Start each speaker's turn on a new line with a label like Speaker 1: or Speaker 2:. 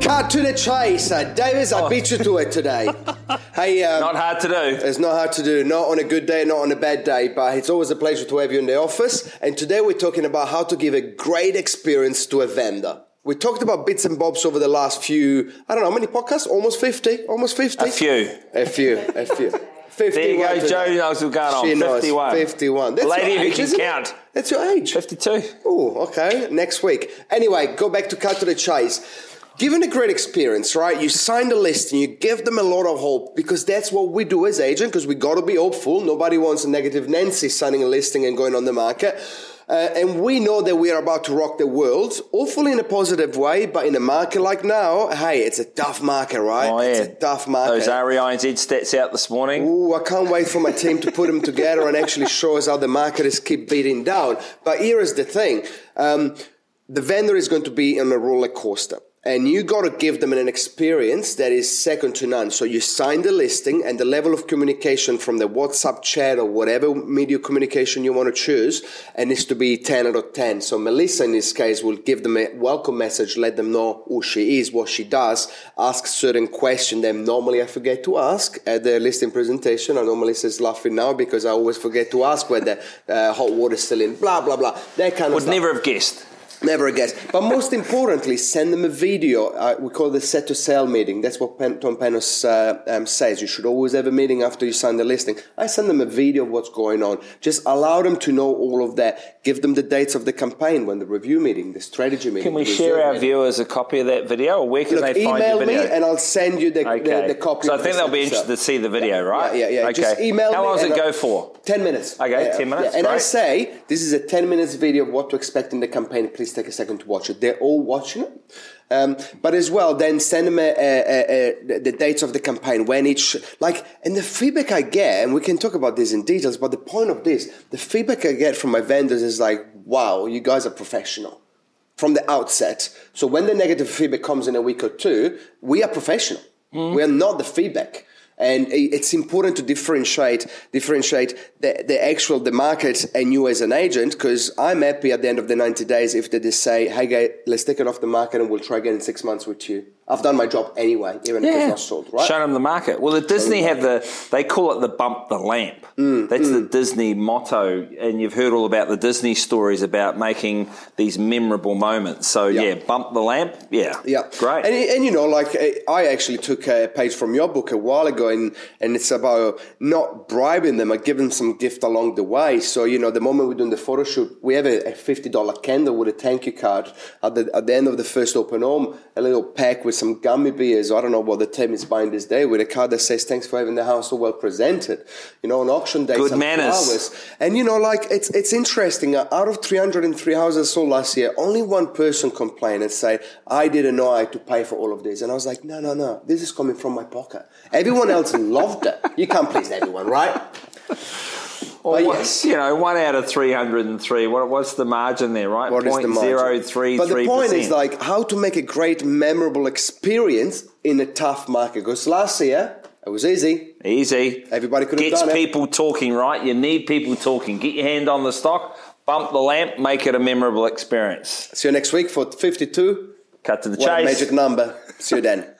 Speaker 1: cut to the chase, uh, Davis. I beat you to it today. hey, um,
Speaker 2: Oh. Not hard to do.
Speaker 1: It's not hard to do, not on a good day, not on a bad day, but it's always a pleasure to have you in the office. And today we're talking about how to give a great experience to a vendor. We talked about bits and bobs over the last few, I don't know, how many podcasts? Almost 50? Almost 50?
Speaker 2: A few.
Speaker 1: A few, a few. 51
Speaker 2: There you go,
Speaker 1: today.
Speaker 2: Joe knows what's going on.
Speaker 1: She knows,
Speaker 2: 51.
Speaker 1: 51. That's
Speaker 2: Lady
Speaker 1: your
Speaker 2: who
Speaker 1: age,
Speaker 2: can
Speaker 1: isn't it?
Speaker 2: count.
Speaker 1: That's your age.
Speaker 2: 52.
Speaker 1: Oh, okay. Next week. Anyway, go back to cut to the chase. Given a great experience, right? You sign the list and you give them a lot of hope because that's what we do as agent. Because we got to be hopeful. Nobody wants a negative Nancy signing a listing and going on the market. Uh, and we know that we are about to rock the world, hopefully in a positive way. But in a market like now, hey, it's a tough market, right?
Speaker 2: Oh,
Speaker 1: It's
Speaker 2: yeah.
Speaker 1: a tough market.
Speaker 2: Those REINZ stats out this morning.
Speaker 1: Ooh, I can't wait for my team to put them together and actually show us how the market is keep beating down. But here is the thing: um, the vendor is going to be on a roller coaster, and you got to give them an experience that is second to none. So you sign the listing, and the level of communication from the WhatsApp chat or whatever media communication you want to choose, and needs to be ten out of ten. So Melissa, in this case, will give them a welcome message, let them know who she is, what she does, ask certain questions that normally I forget to ask at the listing presentation. I know Melissa's laughing now because I always forget to ask whether uh, hot water's still in, blah, blah, blah. That kind of
Speaker 2: Would
Speaker 1: stuff.
Speaker 2: never have guessed.
Speaker 1: Never a guess. But most importantly, send them a video. Uh, we call the set to sell meeting. That's what Pen- Tom Panos uh, um, says. You should always have a meeting after you sign the listing. I send them a video of what's going on. Just allow them to know all of that. Give them the dates of the campaign, when the review meeting, the strategy meeting.
Speaker 2: Can we
Speaker 1: the
Speaker 2: share
Speaker 1: reserve
Speaker 2: our
Speaker 1: meeting.
Speaker 2: viewers a copy of that video, or where can
Speaker 1: Look,
Speaker 2: they find the
Speaker 1: email me
Speaker 2: video?
Speaker 1: and I'll send you the, the, the copy.
Speaker 2: So I
Speaker 1: of
Speaker 2: think
Speaker 1: the
Speaker 2: they'll be
Speaker 1: set to
Speaker 2: interested to
Speaker 1: sell.
Speaker 2: see the video, right?
Speaker 1: Yeah, yeah, yeah.
Speaker 2: Okay.
Speaker 1: Just email
Speaker 2: How
Speaker 1: me
Speaker 2: long does
Speaker 1: and
Speaker 2: it
Speaker 1: I'll-
Speaker 2: go for?
Speaker 1: 10 minutes.
Speaker 2: Okay, 10 minutes,
Speaker 1: And I
Speaker 2: great.
Speaker 1: say, this is a 10 minutes video of what to expect in the campaign. Please take a second to watch it. They're all watching it. Um, but as well, then send them a, a, a, a, the dates of the campaign, when each, like, and the feedback I get, and we can talk about this in details, but the point of this, the feedback I get from my vendors is like, wow, you guys are professional from the outset. So when the negative feedback comes in a week or two, we are professional. We are not the feedback. And i- it's important to differentiate differentiate the, the actual the market and you as an agent because I'm happy at the end of the 90 days if they just say, hey, guy, let's take it off the market and we'll try again in six months with you. I've done my job anyway, even if it's not sold, right?
Speaker 2: Showing them the market. Well, the Disney have the, they call it the bump the lamp.
Speaker 1: Mm,
Speaker 2: That's the Disney motto. And you've heard all about the Disney stories about making these memorable moments. So,
Speaker 1: Yeah.
Speaker 2: yeah, bump the lamp. Yeah.
Speaker 1: Yeah,
Speaker 2: Great.
Speaker 1: And, and you know, like eh, I actually took a page from your book a while ago, and and it's about not bribing them, but giving them some gift along the way. So you know, the moment we're doing the photo shoot, we have a, a fifty dollar candle with a thank you card at the at the end of the first open home, a little pack with some gummy bears. I don't know what the team is buying this day with a card that says thanks for having the house so well presented. You know, on auction day,
Speaker 2: Good
Speaker 1: some
Speaker 2: manners.
Speaker 1: flowers. And you know, like it's it's interesting. Uh, Out of 303 houses sold last year, only one person complained and said, "I didn't know I had to pay for all of this." And I was like, "No, no, no. This is coming from my pocket." Everyone else loved it. You can't please everyone, right?
Speaker 2: Well,
Speaker 1: But
Speaker 2: what-
Speaker 1: yes.
Speaker 2: You know, one out of 303. What, what's the margin there, right?
Speaker 1: What is the margin?
Speaker 2: 0.033%.
Speaker 1: But the point is like how to make a great, memorable experience in a tough market. Because last year it was easy.
Speaker 2: Easy.
Speaker 1: Everybody could have
Speaker 2: Gets
Speaker 1: done it.
Speaker 2: people talking, right? You need people talking. Get your hand on the stock, bump the lamp, make it a memorable experience.
Speaker 1: See you next week for 52.
Speaker 2: Cut to the
Speaker 1: What a
Speaker 2: chase.
Speaker 1: magic number. See you then.